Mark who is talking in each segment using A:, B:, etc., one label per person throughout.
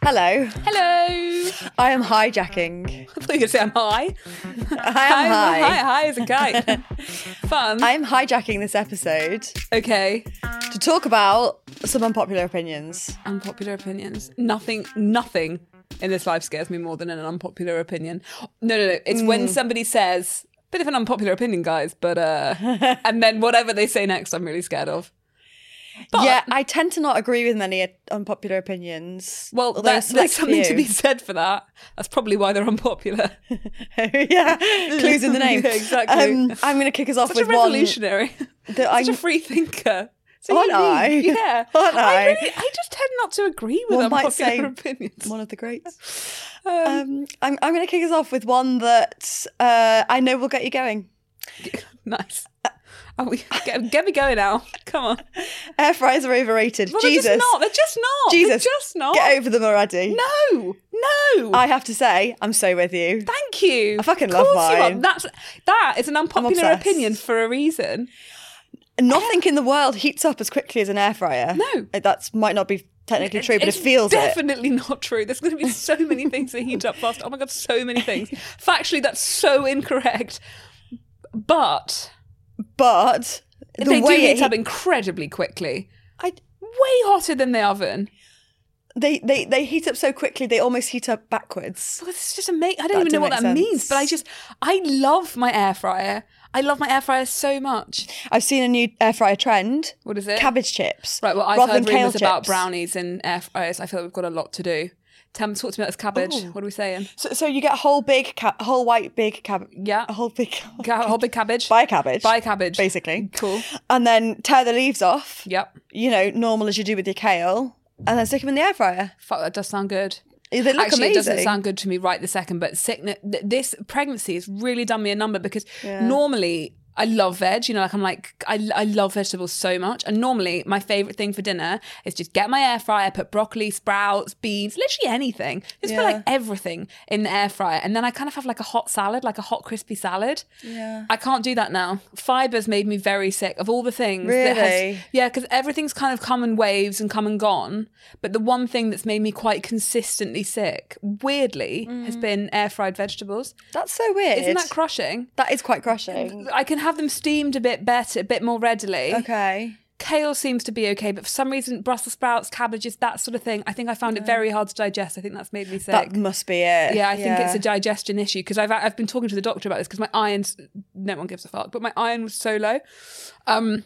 A: Hello,
B: Hello.
A: I am hijacking.
B: I thought you were going to say I'm high.
A: I am high.
B: High, high as a kite. Fun.
A: I am hijacking this episode
B: okay.
A: to talk about some unpopular opinions.
B: Unpopular opinions. Nothing, nothing in this life scares me more than an unpopular opinion. No, no, no. It's when somebody says, bit of an unpopular opinion, guys, but, uh, and then whatever they say next, I'm really scared of. But-
A: yeah, I tend to not agree with many unpopular opinions.
B: Well,
A: although
B: there's,
A: select
B: there's something to
A: few.
B: be said for that. That's probably why they're unpopular.
A: yeah, clues in the name. Um,
B: Yeah, exactly.
A: I'm going to kick us off
B: Such a
A: with one.
B: revolutionary.
A: that
B: Such
A: I'm-
B: a free thinker. So
A: Aren't I?
B: unique, Yeah.
A: Aren't I?
B: really, I just tend not to agree with
A: One might
B: unpopular
A: say-
B: opinions.
A: One of the greats. Um, I'm, I'm going to kick us off with one that uh, I know will get you going.
B: Nice. Are we, get, get me going now. Come on.
A: Air fryers are overrated.
B: Well,
A: Jesus,
B: They're just not. They're just not.
A: Jesus,
B: They're just not.
A: Get over them already.
B: No. No.
A: I have to say, I'm so with you.
B: Thank you.
A: I fucking
B: Of
A: love
B: course you are.
A: mine.
B: That's that is an unpopular
A: obsessed.
B: opinion for a reason.
A: Nothing in the world heats up as quickly as an air fryer. Uh,
B: No.
A: that might not be technically true, but it
B: It's
A: feels it.
B: definitely not true. There's going to be so many things that heat up fast. Oh my god, so many things. Factually, that's so incorrect. But
A: But the
B: they do
A: way
B: heat
A: it
B: up incredibly quickly,
A: I,
B: way hotter than the oven.
A: they, they they heat up so quickly they almost heat up backwards.
B: So this is just amazing. I
A: That
B: don't even know what
A: didn't
B: that
A: make
B: means, but I
A: sense.
B: just I love my air fryer. I love my air fryer so much.
A: I've seen a new air fryer trend.
B: What is it?
A: Cabbage chips.
B: Right. Well, I've
A: rather
B: heard
A: than kale
B: rumors about
A: chips.
B: brownies and air fryers. I feel like we've got a lot to do. Tam, talk to me about this cabbage. What are we saying?
A: So, so you get whole big, ca- whole white big cabbage.
B: Yeah.
A: a whole big.
B: Ca- whole big cabbage.
A: Buy a cabbage.
B: Oh, Buy a cabbage.
A: Basically.
B: Cool.
A: And then tear the leaves off.
B: Yep.
A: You know, normal as you do with your kale, and then stick them in the air fryer.
B: Fuck, that does sound good.
A: They look
B: Actually, it doesn't
A: amazing.
B: sound good to me right the second, but sickness. Th- this pregnancy has really done me a number because normally I love veg. You know, like I'm like I, I love vegetables so much, and normally my favorite thing for dinner is just get my air fryer, put broccoli, sprouts, beans, literally anything. Just put like everything in the air fryer, and then I kind of have like a hot salad, like a hot crispy salad. Yeah, I can't do that now. Fibers made me very sick. Of all the things, that
A: Really?
B: has, yeah, because everything's kind of come in waves and come and gone. But the one thing that's made me quite consistently sick, weirdly, has
A: Mm.
B: been air fried vegetables.
A: That's so weird.
B: Isn't that crushing?
A: That is quite crushing.
B: I can have them steamed a bit better, a bit more readily.
A: Okay.
B: Kale seems to be okay, but for some reason, Brussels sprouts, cabbages, that sort of thing, I think I found it very hard to digest. I think that's made me sick.
A: That must be it.
B: Yeah, I think it's a digestion issue because I've I've been talking to the doctor about this because my iron's no one gives a fuck, but my iron was so low. Um,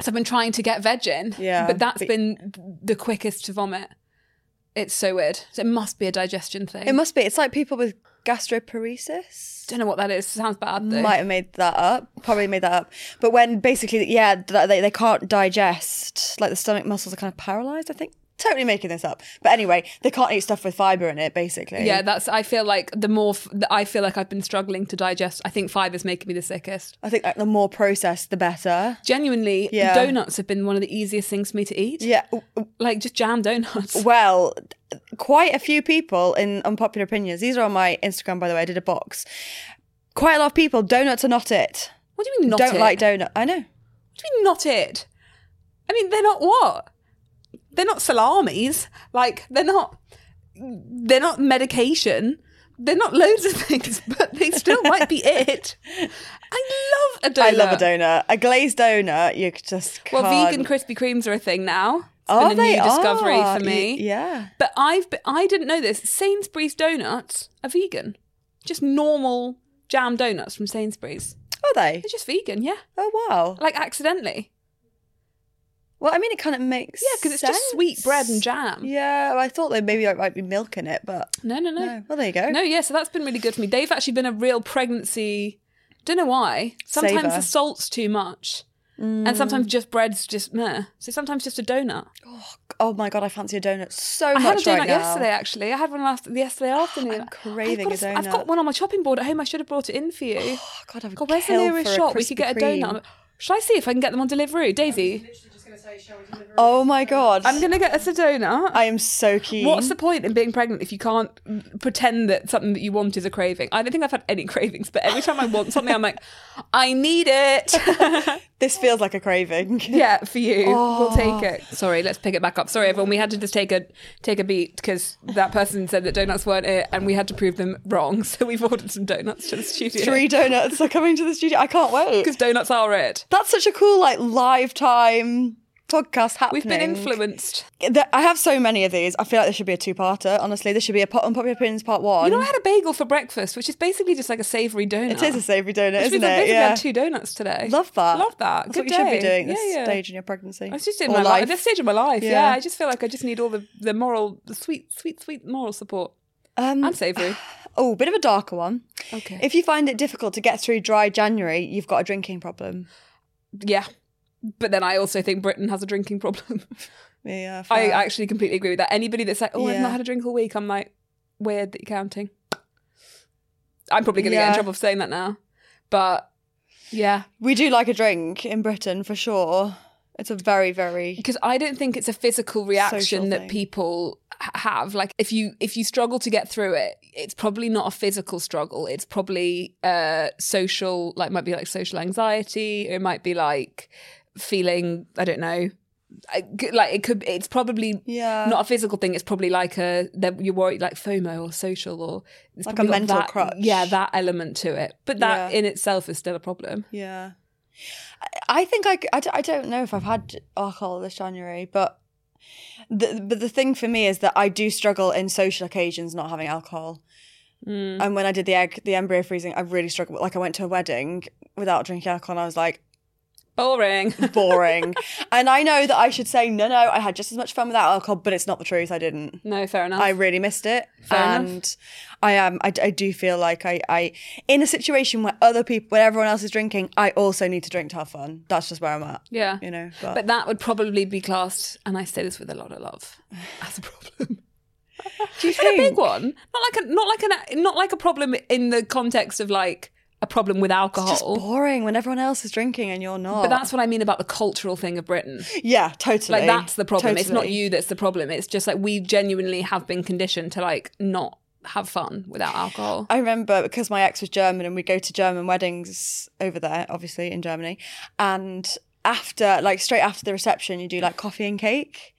B: so I've been trying to get veg in.
A: Yeah,
B: but that's
A: but-
B: been the quickest to vomit. It's so weird. So it must be a digestion thing.
A: It must be. It's like people with gastroparesis.
B: don't know what that is. Sounds bad though.
A: Might have made that up. Probably made that up. But when basically, yeah, th- they, they can't digest. Like the stomach muscles are kind of paralyzed, I think. Totally making this up. But anyway, they can't eat stuff with fiber in it, basically.
B: Yeah, that's. I feel like the more f- that I feel like I've been struggling to digest. I think fiber's making me the sickest.
A: I think like, the more processed, the better.
B: Genuinely,
A: Yeah.
B: donuts have been one of the easiest things for me to eat.
A: Yeah. w-
B: Like just jam donuts.
A: Well, quite a few people in unpopular opinions. These are on my Instagram, by the way. I did a box. Quite a lot of people. Donuts are not it.
B: what do you mean not
A: Don't
B: it?
A: like donut. I know.
B: do you mean not it? I mean, they're not what? They're not salamis. Like they're not. They're not medication. They're not loads of things, but they still might be it. I love a donut.
A: I love a donut. A glazed donut, you could just
B: Well,
A: can't-
B: vegan Krispy Kremes are a thing now. It's
A: Are
B: been a
A: they?
B: new discovery
A: Are.
B: for me.
A: Y- yeah.
B: But I've be- I didn't know this. Sainsbury's donuts are vegan. Just normal jam donuts from Sainsbury's.
A: Are they?
B: They're just vegan, yeah.
A: Oh wow.
B: Like accidentally.
A: Well, I mean, it kind of makes
B: Yeah, 'cause it's just
A: sense.
B: sweet bread and jam.
A: Yeah, well, I thought they maybe like might be milk in it, but
B: No, no, no.
A: no. Well, there you go.
B: No, yeah, so that's been really good for me. They've actually been a real pregnancy Don't know why. Sometimes
A: Savour.
B: the salt's too much. And sometimes just bread's just meh. So sometimes just a donut.
A: Oh my god, I fancy a donut so
B: I
A: much
B: had a donut
A: Oh, right now.
B: yesterday actually. I had one last yesterday afternoon.
A: I'm craving
B: I've got
A: a
B: I've got
A: donut.
B: one on my chopping board at home. I should have brought it in for you.
A: Oh god, I've
B: God, where's the nearest shop we could get a donut? Should I see if I can get them on Deliveroo, Daisy?
A: Oh my god,
B: I'm gonna get us a donut.
A: I am so keen.
B: What's the point in being pregnant if you can't pretend that something that you want is a craving? I don't think I've had any cravings, but every time I want something, I'm like, I need it.
A: this feels like a craving.
B: yeah, for you, we'll take it. Oh. Sorry, let's pick it back up. Sorry, everyone, we had to just take a take a beat because that person said that donuts weren't it, and we had to prove them wrong. So we've ordered some donuts to the studio.
A: Three donuts are coming to the studio. I can't wait.
B: because donuts are it.
A: That's such a cool like live time podcast happening.
B: We've been influenced.
A: There- I have so many of these. I feel like this should be a two-parter. Honestly, this should be a pot unpopular opinions part one.
B: You know, I had a bagel for breakfast, which is basically just like a savoury donut.
A: it is a savoury donut,
B: Which
A: isn't
B: means I've
A: it?
B: basically
A: Yeah.
B: had two donuts today.
A: Love that.
B: Love that.
A: That's
B: Good
A: what you should be
B: day.
A: doing at this
B: Yeah, yeah.
A: stage in your pregnancy.
B: I was just in
A: Or
B: my life.
A: life.
B: At this stage of my life, yeah.
A: Yeah.
B: I just feel like I just need all the, the moral, the sweet, sweet, sweet moral support. Um, and savoury.
A: Oh, bit of a darker one.
B: Okay.
A: If you find it difficult to get through dry January, you've got a drinking problem.
B: Yeah. But then I also think Britain has a drinking problem.
A: Yeah.
B: I
A: fair.
B: actually completely agree with that. Anybody that's like, oh, I've
A: Yeah.
B: not had a drink all week, I'm like, weird that you're counting. I'm probably going to get in
A: Yeah.
B: trouble for saying that now. But yeah.
A: we do like a drink in Britain for sure. It's a very, very
B: because I don't think it's a physical reaction
A: Social
B: that
A: thing.
B: people h- have like if you if you struggle to get through it it's probably not a physical struggle it's probably uh social like might be like social anxiety it might be like feeling i don't know I- g- like it could it's probably
A: Yeah.
B: not a physical thing it's probably like a that you're worried like fomo or social or it's
A: Like a
B: probably got
A: mental
B: that-
A: crutch.
B: yeah that element to it but that
A: Yeah.
B: in itself is still a problem
A: yeah. I, I think I, c- I d- I don't know if I've had alcohol this January, but the but the thing for me is that I do struggle in social occasions not having alcohol. And when I did the egg, the embryo freezing, I really struggled. Like I went to a wedding without drinking alcohol, and I was like,
B: boring
A: boring. and I know that I should say, no, no, I had just as much fun without alcohol, but it's not the truth. I didn't.
B: no fair enough
A: I really missed it.
B: Fair
A: and I am, I, I do feel like I, I, in a situation where other people, when everyone else is drinking, I also need to drink to have fun. That's just where I'm at.
B: Yeah.
A: You know, but,
B: But that would probably be classed, and I say this with a lot of love, as a problem.
A: do you
B: But a big one, not like a not like an not like a problem in the context of like a problem with
A: It's
B: alcohol.
A: boring when everyone else is drinking and you're not.
B: But that's what I mean about the cultural thing of Britain.
A: yeah, totally.
B: Like that's the problem. It's not
A: Totally.
B: you that's the problem. It's just like we genuinely have been conditioned to like not have fun without alcohol.
A: I remember because my ex was German and we'd go to German weddings over there, obviously in Germany. And after, like, straight after the reception, you do like coffee and cake.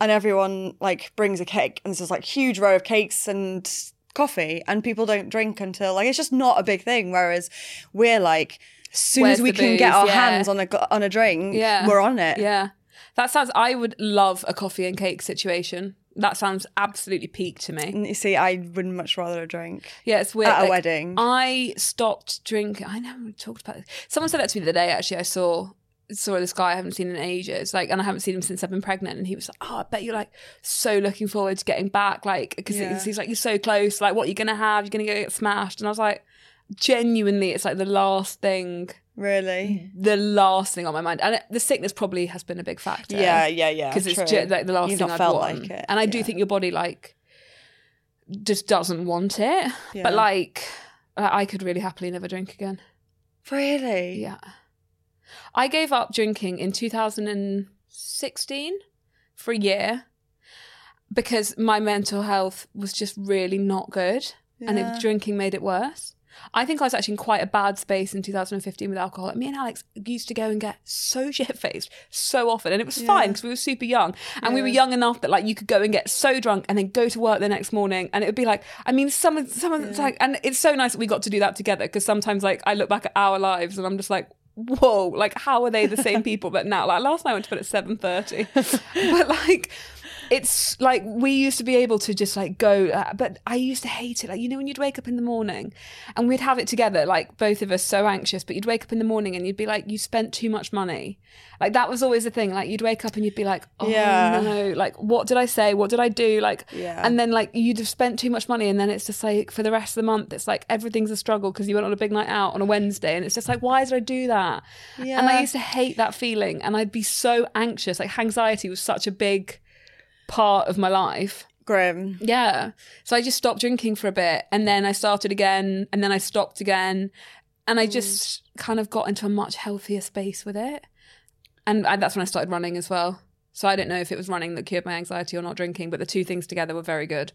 A: And everyone like brings a cake, and there's this like huge row of cakes and coffee, and people don't drink until like it's just not a big thing. Whereas we're like, as soon
B: Where's
A: as we
B: the
A: can get
B: booze?
A: our
B: Yeah.
A: hands on a gl- on a drink,
B: yeah,
A: we're on it.
B: Yeah, that sounds. I would love a coffee and cake situation. That sounds absolutely peak to me.
A: And you see, I would much rather a drink.
B: Yeah, it's weird.
A: At a wedding.
B: I stopped drinking. I never talked about this. Someone said that to me the other day. Actually, I saw saw this guy I haven't seen in ages. Like, and I haven't seen him since I've been pregnant. And he was like, "Oh, I bet you're like so looking forward to getting back. Like, because
A: Yeah.
B: he's like, you're so close. Like, what you're gonna have? You're gonna go get smashed." And I was like, genuinely, it's like the last thing,
A: Really?
B: the last thing on my mind. And it- the sickness probably has been a big factor
A: Yeah, yeah, yeah.
B: because it's
A: true.
B: ju- like the last
A: You've
B: thing
A: not
B: I'd
A: felt
B: want.
A: like it.
B: and I do
A: yeah.
B: think your body like just doesn't want it.
A: Yeah.
B: But like, I I could really happily never drink again.
A: really,
B: Yeah, I gave up drinking in 2016 for a year because my mental health was just really not good, and
A: Yeah.
B: it, drinking made it worse. I think I was actually in quite a bad space in 2015 with alcohol. Me and Alex used to go and get so shit faced so often, and it was fine because we were super young and we were young enough that like you could go and get so drunk and then go to work the next morning, and it would be like, I mean, some of some of it's like, and it's so nice that we got to do that together because sometimes like I look back at our lives and I'm just like. Whoa! Like, how are they the same people? But now, like last night, I went to bed at seven thirty. but like, it's like we used to be able to just like go, uh, but I used to hate it. Like you know when you'd wake up in the morning, and we'd have it together, like both of us so anxious, but you'd wake up in the morning and you'd be like, you spent too much money. Like that was always the thing. Like you'd wake up and you'd be like, oh
A: Yeah.
B: no, like what did I say? What did I do? Like,
A: Yeah.
B: and then like you'd have spent too much money, and then it's just like for the rest of the month, it's like everything's a struggle because you went on a big night out on a Wednesday, and it's just like why did I do that? And I
A: Yeah.
B: used to hate that feeling, and I'd be so anxious. Like anxiety was such a big part of my life.
A: Grim.
B: Yeah. So I just stopped drinking for a bit and then I started again and then I stopped again and I just kind of got into a much healthier space with it. And I, that's when I started running as well. So I don't know if it was running that cured my anxiety or not drinking, but the two things together were very good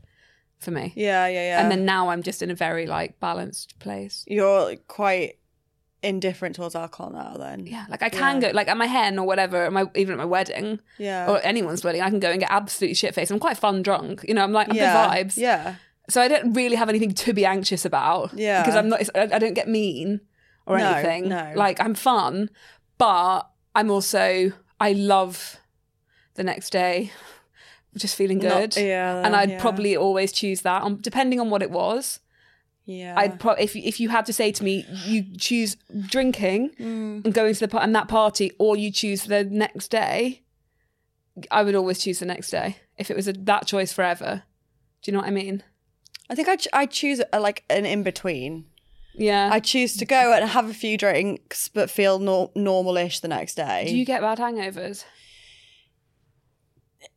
B: for me.
A: Yeah, yeah, yeah.
B: And then now I'm just in a very like balanced place.
A: you're quite indifferent towards alcohol now. Then.
B: Yeah, like I can go like at my hen or whatever, at my even at my wedding
A: Yeah.
B: or uh, anyone's wedding, I can go and get absolutely shit faced. I'm quite fun drunk, you know. I'm like I'm
A: yeah.
B: good vibes.
A: Yeah.
B: so I don't really have anything to be anxious about.
A: Yeah.
B: because I'm not. it's- I I don't get mean or
A: No,
B: anything.
A: no.
B: like I'm fun, but I'm also I love the next day, just feeling
A: Not-
B: good.
A: yeah,
B: and I'd
A: yeah.
B: probably always choose that, on, depending on what it was.
A: Yeah.
B: I'd pro- if if you had to say to me, you choose drinking
A: Mm.
B: and going to the par- and that party, or you choose the next day. I would always choose the next day if it was a, that choice forever. Do you know what I mean?
A: I think I ch- I choose a, like an in between.
B: Yeah.
A: I choose to go and have a few drinks, but feel nor normal-ish the next day.
B: Do you get bad hangovers?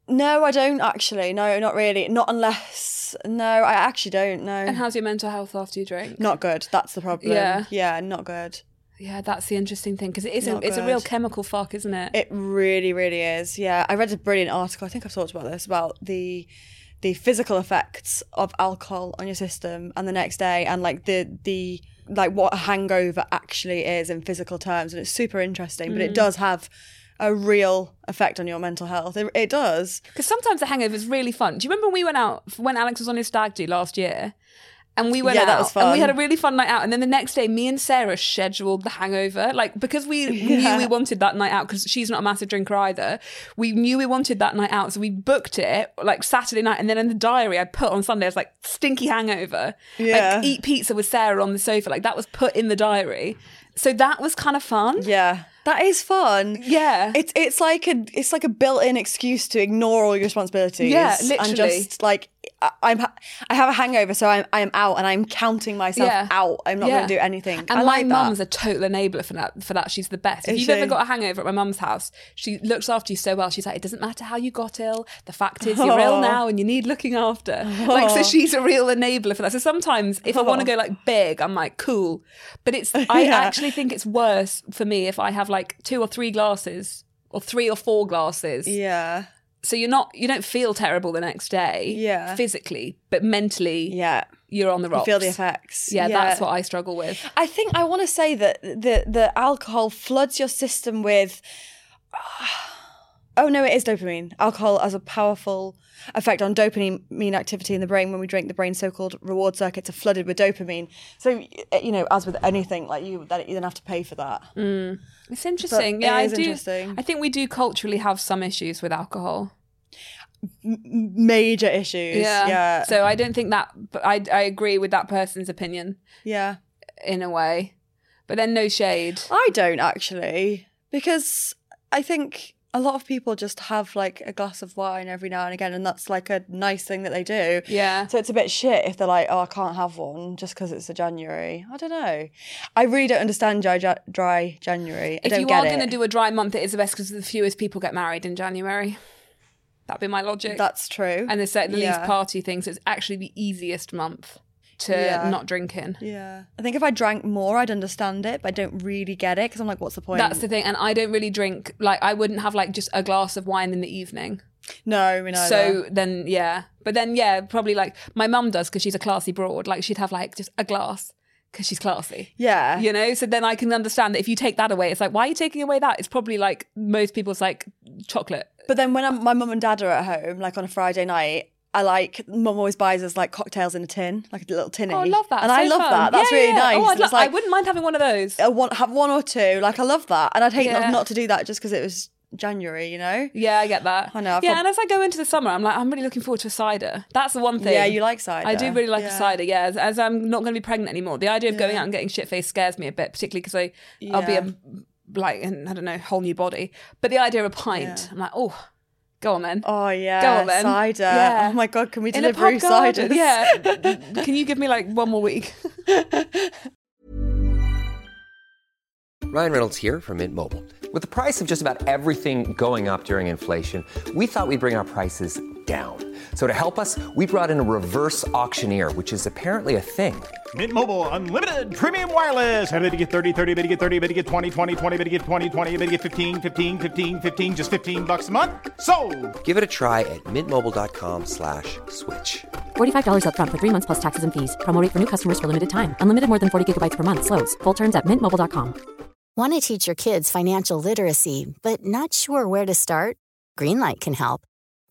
A: no, I don't actually. No, not really. Not unless. No, I actually don't. No.
B: And how's your mental health after you drink?
A: not good. That's the problem.
B: Yeah.
A: Yeah. Not good.
B: Yeah, that's the interesting thing because it is a,
A: Not
B: it's a
A: good.
B: real chemical fuck, isn't it?
A: It really, really is. Yeah, I read a brilliant article. I think I've talked about this about the the physical effects of alcohol on your system and the next day, and like the the like what a hangover actually is in physical terms, and it's super interesting. But it does have a real effect on your mental health. It, it does.
B: Because sometimes the hangover is really fun. Do you remember when we went out f- when Alex was on his stag do last year? And we went
A: Yeah,
B: out
A: that was
B: and
A: fun.
B: we had a really fun night out. And then the next day, me and Sarah scheduled the hangover. Like, because we knew
A: Yeah.
B: we wanted that night out, because she's not a massive drinker either. We knew we wanted that night out. So we booked it like Saturday night. And then in the diary I put on Sunday, I was like, stinky hangover.
A: Yeah.
B: Like, eat pizza with Sarah on the sofa. Like, that was put in the diary. So that was kind of fun.
A: Yeah, that is fun.
B: Yeah.
A: it's it's like a it's like a built-in excuse to ignore all your responsibilities.
B: Yeah,
A: And
B: literally.
A: just like I- I'm, ha- I have a hangover, so I'm I'm out and I'm counting myself
B: Yeah.
A: out. I'm not
B: Yeah.
A: going to do anything.
B: And
A: I
B: my
A: like that.
B: mum's a total enabler for that. For that, she's the best. If
A: Is
B: you've ever
A: she?
B: got a hangover at my mum's house, she looks after you so well. She's like, it doesn't matter how you got ill. The fact is, you're ill
A: Aw.
B: now, and you need looking after. Like, so she's a real enabler for that. So sometimes, if I want to
A: Aw.
B: go like big, I'm like cool. But it's I
A: Yeah.
B: actually think it's worse for me if I have like two or three glasses or three or four glasses.
A: yeah,
B: So you're not you don't feel terrible the next day.
A: Yeah.
B: Physically, but mentally,
A: yeah.
B: you're on the
A: You
B: rocks.
A: feel the effects.
B: Yeah, that's what I struggle with.
A: I think I want to say that the the alcohol floods your system with. Oh no, it is dopamine. Alcohol has a powerful effect on dopamine activity in the brain. When we drink, the brain's so-called reward circuits are flooded with dopamine. So y- you know, as with anything, like you, that you then have to pay for that.
B: It's interesting.
A: it
B: yeah,
A: is
B: I do.
A: interesting.
B: I think we do culturally have some issues with alcohol.
A: Major issues. Yeah. Yeah.
B: So I don't think that. But I I agree with that person's opinion
A: yeah.
B: in a way. But then no shade.
A: I don't actually, because I think a lot of people just have like a glass of wine every now and again, and that's like a nice thing that they do.
B: Yeah.
A: So it's a bit shit if they're like, oh, I can't have one just because it's a January. I don't know. I really don't understand dry, Ja- dry January. I
B: If
A: don't
B: you
A: get
B: are going to
A: it.
B: do a dry month, it is the best because the fewest people get married in January. That'd be my logic.
A: that's true.
B: and there's certainly least
A: Yeah.
B: party things. It's actually the easiest month to
A: Yeah.
B: not drink in.
A: yeah, I think if I drank more, I'd understand it, but I don't really get it because I'm like, what's the point?
B: That's the thing. And I don't really drink. Like I wouldn't have like just a glass of wine in the evening.
A: no, me neither.
B: So then, yeah. But then, yeah, probably like my mum does because she's a classy broad. Like she'd have like just a glass because she's classy.
A: yeah,
B: You know, so then I can understand that if you take that away, it's like, why are you taking away that? It's probably like most people's like chocolate.
A: But then when I'm, my mum and dad are at home, like on a Friday night, I like mum always buys us like cocktails in a tin, like a little tinny.
B: Oh, I love that.
A: and I
B: So
A: love
B: fun.
A: that. That's
B: Yeah,
A: really
B: yeah.
A: nice.
B: Oh, I'd
A: And
B: lo-
A: it's like, Oh.
B: I wouldn't mind having one of those.
A: I want have one or two. Like I love that, and I'd hate
B: Yeah.
A: not, not to do that just because it was January, you know?
B: Yeah, I get that.
A: I know, I've
B: yeah,
A: got-
B: and as I go into the summer, I'm like, I'm really looking forward to a cider. That's the one thing.
A: Yeah, you like cider.
B: I do really like a
A: Yeah.
B: cider. Yeah, as, as I'm not going to be pregnant anymore, the idea of going out and getting shit faced scares me a bit, particularly because I I'll be
A: Yeah.
B: a like an- I don't know whole new body. But the idea of a pint, I'm like, oh, go on then.
A: Oh yeah,
B: Go on then.
A: cider.
B: Yeah.
A: Oh my god, can we
B: In a
A: deliver
B: pub garden,
A: ciders?
B: Yeah. Can you give me like one more week?
C: Ryan Reynolds here from Mint Mobile. With the price of just about everything going up during inflation, we thought we'd bring our prices down. So to help us, we brought in a reverse auctioneer, which is apparently a thing.
D: Mint Mobile unlimited premium wireless. Ready to get 30, 30, bit to get 30, bit to get 20, 20, 20, bit to get 20, 20, bit to get 15, 15, 15, 15 just 15 bucks a month. Sold.
C: Give it a try at mintmobile.com slash switch.
E: $45 upfront for three months plus taxes and fees. Promo rate for new customers for limited time. Unlimited more than 40 gigabytes per month. Slows. Full terms at mintmobile.com.
F: Want to teach your kids financial literacy, but not sure where to start? Greenlight can help.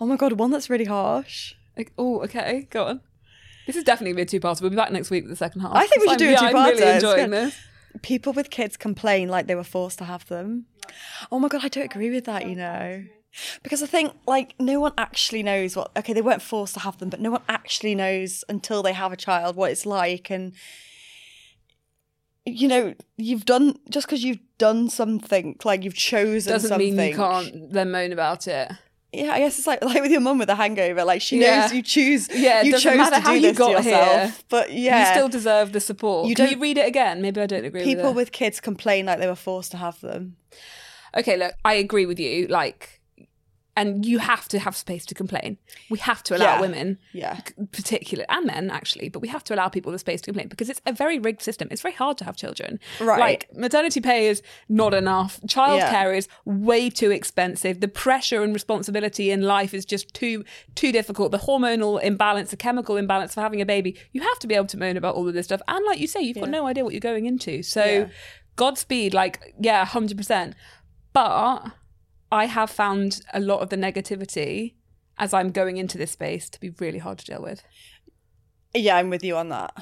A: Oh my god, one that's really harsh.
B: Like, oh, okay, go on. This is definitely gonna be a two-parter. We'll be back next week with the second half.
A: I think we should do a
B: yeah, I'm
A: two-parter.
B: really
A: It's
B: enjoying
A: good.
B: this.
A: People with kids complain like they were forced to have them. Oh my god, I don't agree with that, you know. Because I think like no one actually knows what okay, they weren't forced to have them, but no one actually knows until they have a child what it's like and you know, you've done just because you've done something, like you've chosen
B: Doesn't
A: something.
B: mean you can't then moan about it.
A: Yeah, I guess it's like like with your mum with a hangover. Like she
B: Yeah.
A: knows you choose.
B: Yeah, it
A: you
B: doesn't
A: chose
B: matter
A: to
B: how
A: do
B: you
A: this
B: got
A: to yourself.
B: here.
A: But yeah,
B: you still deserve the support.
A: You
B: Can you
A: don't-
B: read it again? Maybe I don't agree.
A: people
B: with,
A: with kids complain like they were forced to have them.
B: it. okay, look, I agree with you. Like, and you have to have space to complain. We have to allow
A: Yeah.
B: women,
A: Yeah.
B: particular and men actually, but we have to allow people the space to complain because it's a very rigged system. It's very hard to have children.
A: Right.
B: Like maternity pay is not enough. Childcare
A: Yeah.
B: is way too expensive. The pressure and responsibility in life is just too too difficult. The hormonal imbalance, the chemical imbalance for having a baby. You have to be able to moan about all of this stuff. And like you say, you've got no idea what you're going into. So
A: Yeah.
B: Godspeed, like, yeah, hundred percent. But I have found a lot of the negativity as I'm going into this space to be really hard to deal with.
A: Yeah, I'm with you on that.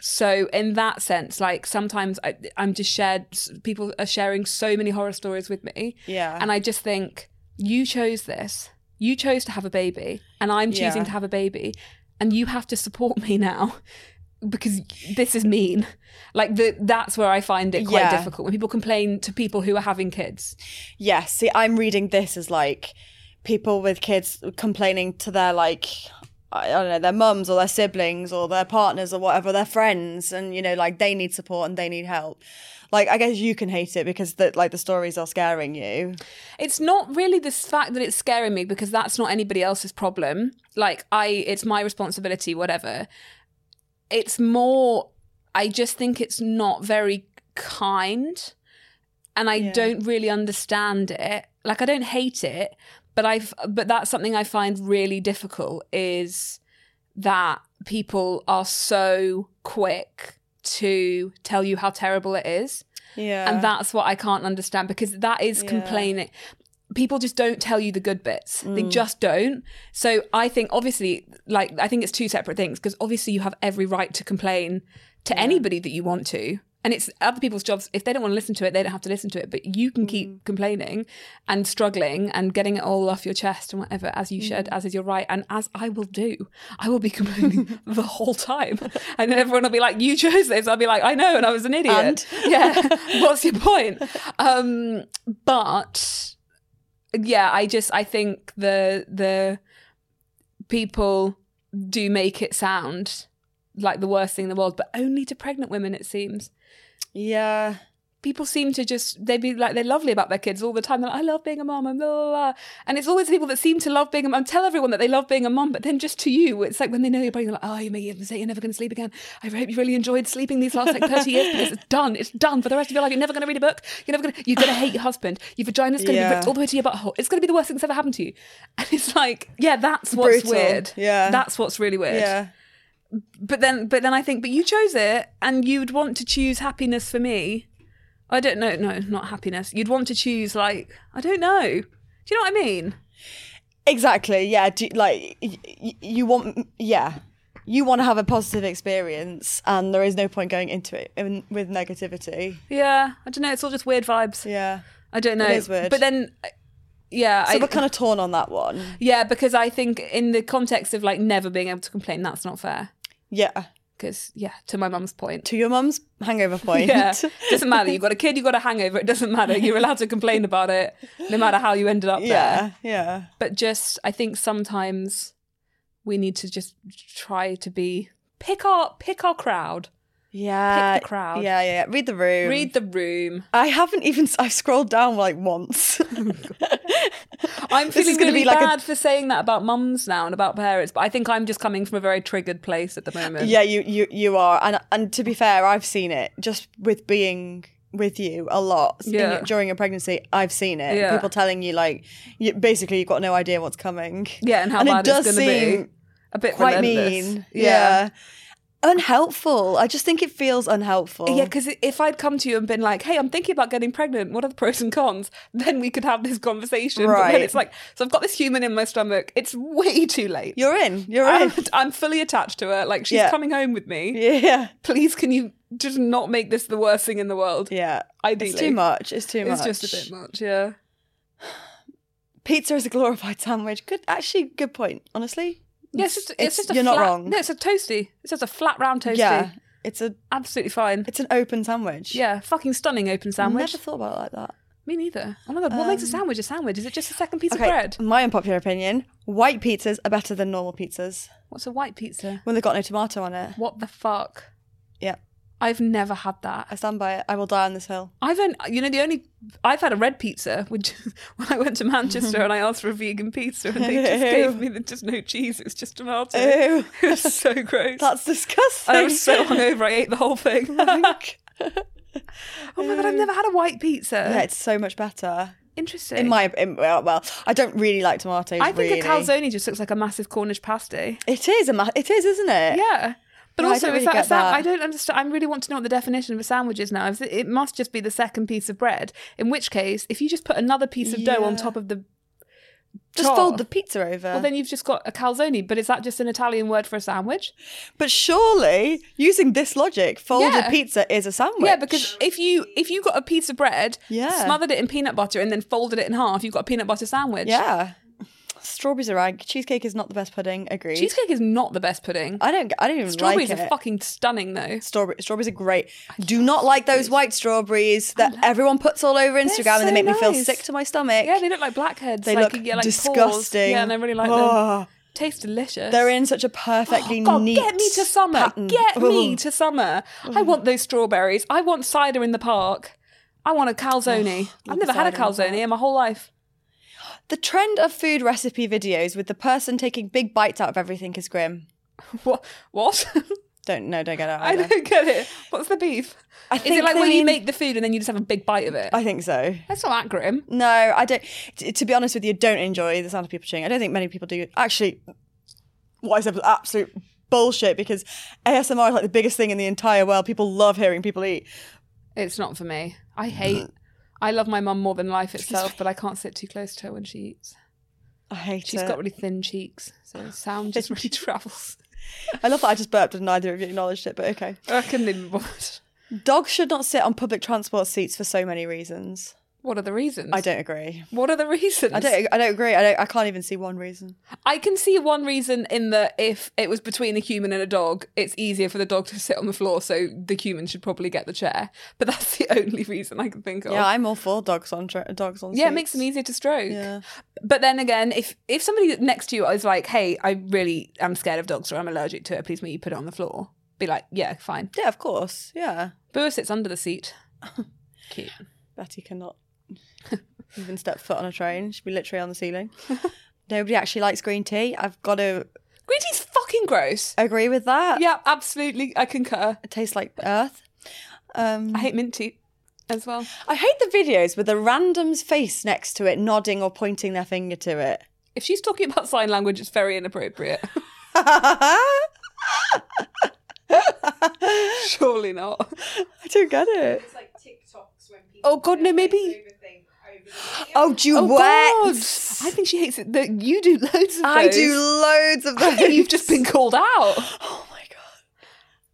B: So in that sense, like sometimes I, I'm just shared. People are sharing so many horror stories with me.
A: Yeah.
B: And I just think you chose this. You chose to have a baby, and I'm choosing
A: Yeah.
B: to have a baby, and you have to support me now because this is mean. Like the, that's where I find it quite
A: Yeah.
B: difficult when people complain to people who are having kids.
A: Yes. see, I'm reading this as like people with kids complaining to their like I I don't know their mums or their siblings or their partners or whatever their friends, and you know like they need support and they need help. Like I guess you can hate it because the, like the stories are scaring you.
B: It's not really this fact that it's scaring me because that's not anybody else's problem. Like I it's my responsibility whatever. It's more I just think it's not very kind and I don't really understand it. Like I don't hate it, but I've but that's something I find really difficult is that people are so quick to tell you how terrible it is.
A: Yeah,
B: And that's what I can't understand because that is complaining. People just don't tell you the good bits. They just don't. So I think obviously like I think it's two separate things because obviously you have every right to complain to anybody that you want to. And it's other people's jobs. If they don't want to listen to it, they don't have to listen to it. But you can keep complaining and struggling and getting it all off your chest and whatever, as you should, as is your right, and as I will do. I will be complaining the whole time. And then everyone will be like, You chose this. I'll be like, I know, and I was an idiot
A: And?
B: yeah what's your point um but yeah i just i think the the people do make it sound like the worst thing in the world but only to pregnant women it seems
A: yeah.
B: people seem to just they be like they're lovely about their kids all the time. They're like, I love being a mom, and blah blah blah. And it's always the people that seem to love being a mom tell everyone that they love being a mom, but then just to you, it's like when they know you're they're like, oh, you made a mistake, you're never going to sleep again. I hope you really enjoyed sleeping these last like 30 years because it's done, it's done for the rest of your life. You're never going to read a book. You're never going to. You're going to hate your husband. Your vagina's going to
A: Yeah.
B: be ripped all the way to your butthole. It's going to be the worst thing that's ever happened to you. And it's like, yeah, that's what's
A: Brutal.
B: weird.
A: Yeah.
B: that's what's really weird
A: Yeah.
B: but then but then I think but you chose it and you'd want to choose happiness for me. I don't know, no, not happiness. You'd want to choose like I don't know. Do you know what I mean?
A: Exactly. Yeah. Do, like y- y- you want. Yeah. You want to have a positive experience, and there is no point going into it in, with negativity.
B: Yeah, I don't know. It's all just weird vibes.
A: Yeah.
B: I don't know.
A: It is weird.
B: But then, uh, yeah,
A: So
B: I
A: we're kind of torn on that one.
B: yeah because I think in the context of like never being able to complain, that's not fair.
A: Yeah.
B: Because yeah, to my mum's point,
A: To your mum's hangover point.
B: Yeah, doesn't matter. You've got a kid, you've got a hangover. It doesn't matter. You're allowed to complain about it, no matter how you ended up there.
A: yeah. Yeah.
B: but just I think sometimes we need to just try to be pick our pick our crowd,
A: Yeah.
B: the crowd.
A: Yeah. Yeah. Read the room.
B: read the room.
A: I haven't even. I've scrolled down like once.
B: I'm
A: This is
B: feeling
A: gonna
B: really
A: be like a-
B: bad for saying that about mums now and about parents, but I think I'm just coming from a very triggered place at the moment.
A: yeah, you you you are, and and to be fair, I've seen it just with being with you a lot in-
B: Yeah.
A: during a pregnancy. I've seen it.
B: Yeah.
A: People telling you like, you, basically, you've got no idea what's coming.
B: yeah, and how bad
A: it does
B: it's going to
A: seem
B: be. A bit
A: quite
B: relentless.
A: mean.
B: yeah.
A: Yeah. unhelpful. I just think it feels unhelpful.
B: Yeah, because if I'd come to you and been like, "Hey, I'm thinking about getting pregnant. What are the pros and cons?" Then we could have this conversation. But then
A: Right.
B: it's like, so I've got this human in my stomach. It's way too late.
A: you're in. You're
B: I'm,
A: in.
B: I'm fully attached to her. Like she's
A: Yeah.
B: coming home with me.
A: yeah,
B: Please, can you just not make this the worst thing in the world?
A: yeah.
B: Ideally.
A: it's too much. It's too much.
B: It's just a bit much. Yeah.
A: Pizza is a glorified sandwich. Good, actually, good point. Honestly,
B: Yeah, it's just, it's,
A: It's-
B: just a
A: you're not
B: flat-
A: wrong.
B: No, it's a toasty. It's just a flat round toasty.
A: yeah, it's a
B: Absolutely fine.
A: it's an open sandwich.
B: yeah, fucking stunning open sandwich.
A: Never thought about it like that.
B: Me neither. Oh my god, what makes a sandwich a sandwich? Is it just a second piece
A: Okay,
B: of bread?
A: my unpopular opinion: white pizzas are better than normal pizzas
B: What's a white pizza?
A: when they've got no tomato on it.
B: What the fuck?
A: Yeah,
B: I've never had
A: I
B: that.
A: stand by it. I will die on this hill.
B: I've only, you know, the only I've had a red pizza, which when I went to Manchester and I asked for a vegan pizza, and they just gave me the, just no cheese. It was just tomato.
A: Ew.
B: It was so gross.
A: That's disgusting.
B: and I was so hungover. I ate the whole thing. oh my god, I've never had a white pizza.
A: yeah, it's so much better.
B: interesting.
A: In my in, well, well, I don't really like tomatoes.
B: I think
A: really.
B: a calzone just looks like a massive Cornish pasty.
A: It is a ma- it is, isn't it?
B: Yeah. But
A: No, I
B: also,
A: don't
B: is
A: really
B: that a
A: get
B: sa-
A: that.
B: I don't understand. I really want to know what the definition of a sandwich is now. Is It it must just be the second piece of bread. In which case, if you just put another piece of dough on
A: Yeah.
B: top of the,
A: Just
B: Chop.
A: fold the pizza over.
B: well, then you've just got a calzone. But is that just an Italian word for a sandwich?
A: but surely, using this logic, folded
B: Yeah.
A: pizza is a sandwich.
B: Yeah, because if you if you got a piece of bread,
A: Yeah.
B: smothered it in peanut butter and then folded it in half, you've got a peanut butter sandwich.
A: yeah, strawberries are rank. Cheesecake is not the best pudding. Agreed.
B: cheesecake is not the best pudding.
A: I don't. I don't even
B: Strawberries
A: like it.
B: are fucking stunning though.
A: Strawberry, strawberries are great. Do not like those white strawberries that everyone puts all over Instagram
B: so
A: and they make me feel
B: nice.
A: sick to my stomach.
B: Yeah, they look like blackheads.
A: They
B: like,
A: look
B: yeah, like pores.
A: disgusting.
B: Yeah, and I really like
A: Oh.
B: them. Taste delicious. Oh,
A: They're in such a perfectly
B: God,
A: neat
B: get me to summer.
A: pattern. Oh.
B: Get me
A: Ugh.
B: to summer. I want those strawberries. I want cider in the park. I want a calzone. I've never had a
A: Oh, cider
B: calzone in my whole life.
A: The trend of food recipe videos with the person taking big bites out of everything is grim.
B: What? What?
A: Don't no, don't get it.
B: I
A: either.
B: don't get it. What's the beef?
A: I
B: Is
A: think
B: it like
A: they
B: when you
A: mean-
B: make the food and then you just have a big bite of it?
A: I think so.
B: That's not that grim.
A: No, I don't. t- to be honest with you, I don't enjoy the sound of people chewing. I don't think many people do. Actually, what I said was absolute bullshit because ASMR is like the biggest thing in the entire world. People love hearing people eat.
B: It's not for me. I hate. I love my mum more than life itself, but I can't sit too close to her when she eats.
A: I hate
B: She's
A: it.
B: got really thin cheeks, so sound just really travels.
A: I love that I just burped and neither of you acknowledged it, but okay.
B: I can live with what-
A: Dogs should not sit on public transport seats for so many reasons.
B: What are the reasons?
A: I don't agree.
B: What are the reasons?
A: I don't. I don't agree. I don't. I can't even see one reason.
B: I can see one reason in that if it was between a human and a dog, it's easier for the dog to sit on the floor, so the human should probably get the chair. But that's the only reason I can think of.
A: Yeah, I'm all for dogs on tra- dogs on.
B: Oh. Yeah, it makes them
A: seats.
B: easier to stroke.
A: Yeah.
B: But then again, if if somebody next to you is like, "Hey, I really am scared of dogs, or I'm allergic to it. Please, may you put it on the floor?" Be like, "Yeah, fine."
A: Yeah, of course. Yeah.
B: Boo sits under the seat. Cute.
A: Betty cannot even step foot on a train. She'd be literally on the ceiling. Nobody actually likes green tea. I've got to
B: Green tea's fucking gross.
A: agree with that.
B: Yeah, absolutely. I concur.
A: It tastes like earth. Um,
B: I hate mint tea as well.
A: I hate the videos with a random's face next to it, nodding or pointing their finger to it.
B: If she's talking about sign language, it's very inappropriate.
A: I
B: Surely not.
A: don't get it.
B: Oh God, no, maybe.
A: Oh, do you
B: Oh God,
A: what?
B: I think she hates it. That you do loads of.
A: I
B: those.
A: do loads of
B: I
A: those.
B: think you've just been called out.
A: Oh my god!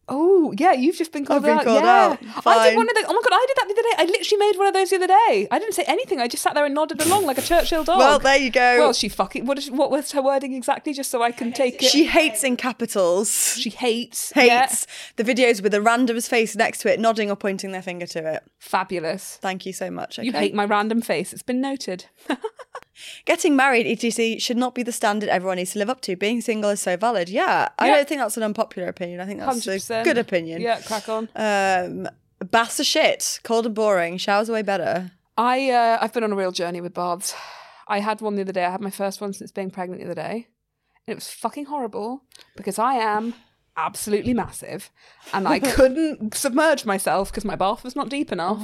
B: Oh yeah, you've just been called
A: been
B: out.
A: called
B: yeah.
A: out.
B: I
A: Fine.
B: did one of those. Oh my god, I did that the other day. I literally made one of those the other day. I didn't say anything. I just sat there and nodded along like a Churchill dog.
A: Well, there you go.
B: Well, she fucking. What, is, what was her wording exactly? Just so I can take it.
A: She hates in capitals.
B: She hates. yeah.
A: Hates the videos with a random's face next to it, nodding or pointing their finger to it.
B: Fabulous.
A: Thank you so much.
B: You
A: okay?
B: hate my random face. It's been noted.
A: Getting married, etc., should not be the standard everyone needs to live up to. Being single is so valid. Yeah, I
B: Yeah.
A: don't think that's an unpopular opinion. I think that's
B: 100%.
A: a good opinion.
B: Yeah, crack on.
A: Um, baths are shit, cold and boring. Showers are way better.
B: I uh, I've been on a real journey with baths. I had one the other day. I had my first one since being pregnant the other day, and it was fucking horrible because I am absolutely massive, and I couldn't submerge myself because my bath was not deep enough.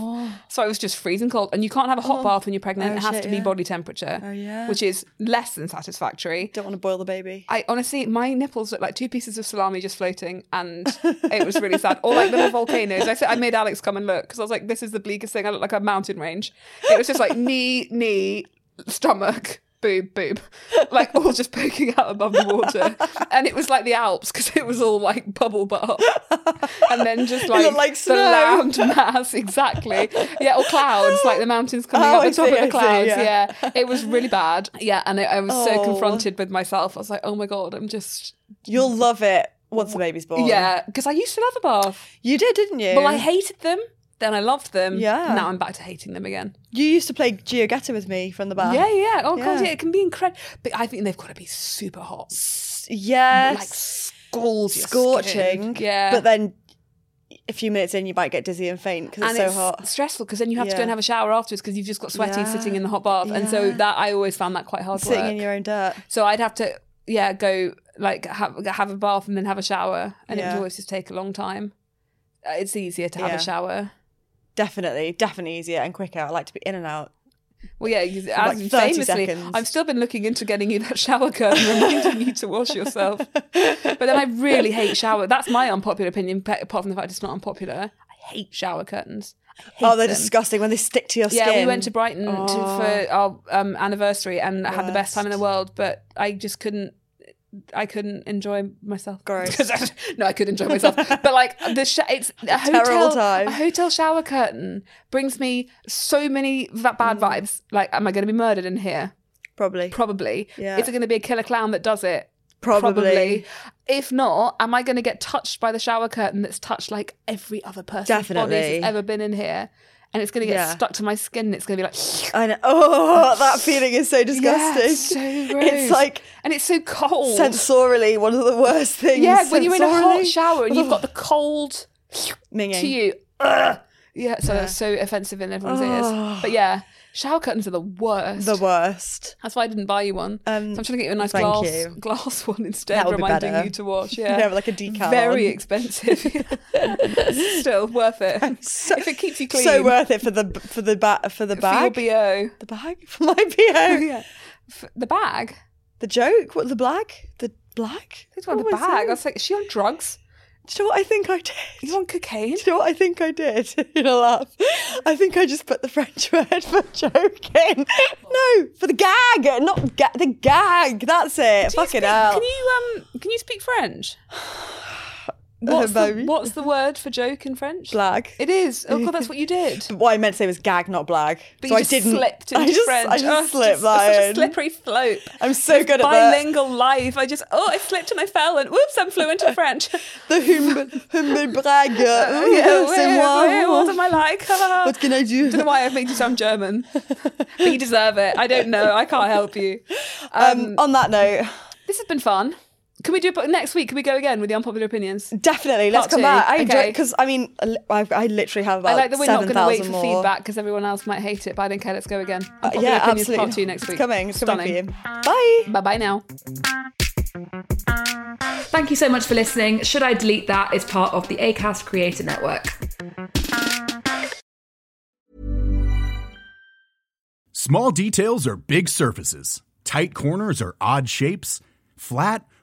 B: So I was just freezing cold, and you can't have a hot bath when you're pregnant.
A: Oh,
B: it has
A: shit,
B: to be
A: yeah.
B: body temperature,
A: Oh, yeah.
B: which is less than satisfactory.
A: Don't want to boil the baby.
B: I honestly, my nipples look like two pieces of salami just floating, and it was really sad. Or like little volcanoes. I said I made Alex come and look because I was like, "This is the bleakest thing. I look like a mountain range." It was just like knee, knee, stomach, boob, boob, like all just poking out above the water, and it was like the Alps because it was all like bubble butt, up. and then just like,
A: looked like
B: the
A: snow.
B: land mass exactly, yeah, or clouds like the mountains coming
A: Oh,
B: up
A: I
B: the top
A: see,
B: of
A: I
B: the
A: see,
B: clouds,
A: yeah.
B: yeah it was really bad. Yeah, and I, I was so
A: Oh.
B: confronted with myself. I was like, oh my god, I'm just
A: You'll love it once the baby's born.
B: yeah, because I used to love a bath.
A: you did, didn't you?
B: Well, I hated them. Then I loved them.
A: Yeah.
B: Now I'm back to hating them again.
A: You used to play Geogatta with me from the bath.
B: yeah, yeah. Oh god,
A: Ah. yeah.
B: yeah. It can be incredible. But I think they've got to be super hot, S-
A: Yes.
B: like scalds, your
A: scorching.
B: skin. Yeah.
A: But then a few minutes in, you might get dizzy and faint because
B: and
A: it's so hot.
B: stressful because then you have to
A: Yeah.
B: go and have a shower afterwards because you've just got sweaty
A: Yeah.
B: sitting in the hot bath, and so
A: Yeah.
B: that I always found that quite hard.
A: Sitting
B: work.
A: in your own dirt.
B: So I'd have to, yeah, go like have have a bath and then have a shower, and it
A: Yeah.
B: would always just take a long time. Uh, It's easier to have
A: Yeah.
B: a shower.
A: Definitely, definitely easier and quicker. I like to be in and out.
B: Well, yeah, as
A: like
B: you
A: 30
B: famously,
A: seconds.
B: I've still been looking into getting you that shower curtain, reminding you to wash yourself. But then I really hate shower. That's my unpopular opinion, pe- apart from the fact it's not unpopular. I hate shower curtains. I hate
A: Oh, they're
B: them.
A: disgusting when they stick to your
B: Yeah,
A: skin. Oh.
B: we went to Brighton to, for our um, anniversary and had the best time in the world, but I just couldn't. I couldn't enjoy myself.
A: Gross.
B: 'Cause I- no, I could enjoy myself, but like the sh- it's a hotel
A: time.
B: a hotel shower curtain brings me so many va-
A: Mm.
B: bad vibes. Like, am I going to be murdered in here?
A: probably.
B: Probably.
A: Yeah.
B: Is it going to be a killer clown that does it?
A: Probably.
B: If not, am I going to get touched by the shower curtain that's touched like every other person's body
A: Definitely.
B: that's ever been in here? And it's going to get
A: Yeah.
B: stuck to my skin and it's going to be like,
A: I know. Oh, that feeling is so disgusting.
B: Yeah, it's so gross.
A: It's like
B: and it's so cold.
A: sensorily one of the worst things.
B: yeah, when you're in a hot
A: sensorily.
B: shower and you've got the cold
A: Minging.
B: to you. Ugh. Yeah, so that's so offensive in everyone's ears. But yeah, shower curtains are the worst.
A: the worst.
B: That's why I didn't buy you one.
A: Um,
B: so I'm trying to get you a nice
A: thank
B: glass
A: you.
B: glass one instead,
A: That would be
B: reminding
A: better.
B: you to wash. Yeah,
A: Yeah, with like a decal
B: Very
A: on.
B: expensive. Still worth it.
A: So,
B: if it keeps you clean.
A: so worth it for the for the bat for the bag.
B: For your
A: the bag for my bo.
B: bo. yeah. F- the bag.
A: The joke? What the black? The black?
B: It's one of
A: What
B: the
A: was
B: bag. I
A: that?
B: was like, is she on drugs?
A: Do you know what I think I did?
B: Are you on cocaine?
A: Do you know what I think I did? You're gonna laugh. I think I just put the French word for joking. No, for the gag, not ga- the gag. That's it.
B: Do you
A: Fucking
B: speak-
A: hell.
B: Can you um can you speak French? What's, the,
A: maybe.
B: what's the word for joke in French?
A: Blag.
B: It is. Oh god, that's what you did.
A: what I meant to say was gag, not blag.
B: But
A: so
B: you
A: I
B: just
A: didn't.
B: slipped into
A: I just,
B: French.
A: I just
B: Oh, it's
A: slipped
B: just-
A: that
B: it's such
A: in.
B: a slippery slope.
A: I'm so good at that.
B: Bilingual life. I just oh, I slipped and I fell and whoops, I'm fluent in French.
A: The humble, humble brag.
B: Oh,
A: Ooh,
B: yeah,
A: c'est
B: wait,
A: moi.
B: wait, what am I like?
A: What can I do?
B: don't know why I've made you sound German, but you deserve it. I don't know. I can't help you.
A: Um, on that note,
B: This has been fun. Can we do it next week? Can we go again with the unpopular opinions?
A: Definitely, let's
B: Part
A: come
B: two.
A: back. I enjoy
B: Okay.
A: because I mean, I, I literally have about
B: I like that we're not
A: seven
B: going to wait
A: thousand
B: for
A: more.
B: feedback because everyone else might hate it, but I don't care. Let's go again.
A: Uh,
B: Unpopular
A: yeah,
B: opinions
A: absolutely.
B: Part two next week.
A: It's coming. It's coming
B: Stunning.
A: for you. Bye.
B: Bye bye now.
G: Thank you so much for listening. Should I Delete That is part of the ACAST Creator Network.
H: Small details are big surfaces. Tight corners are odd shapes. Flat,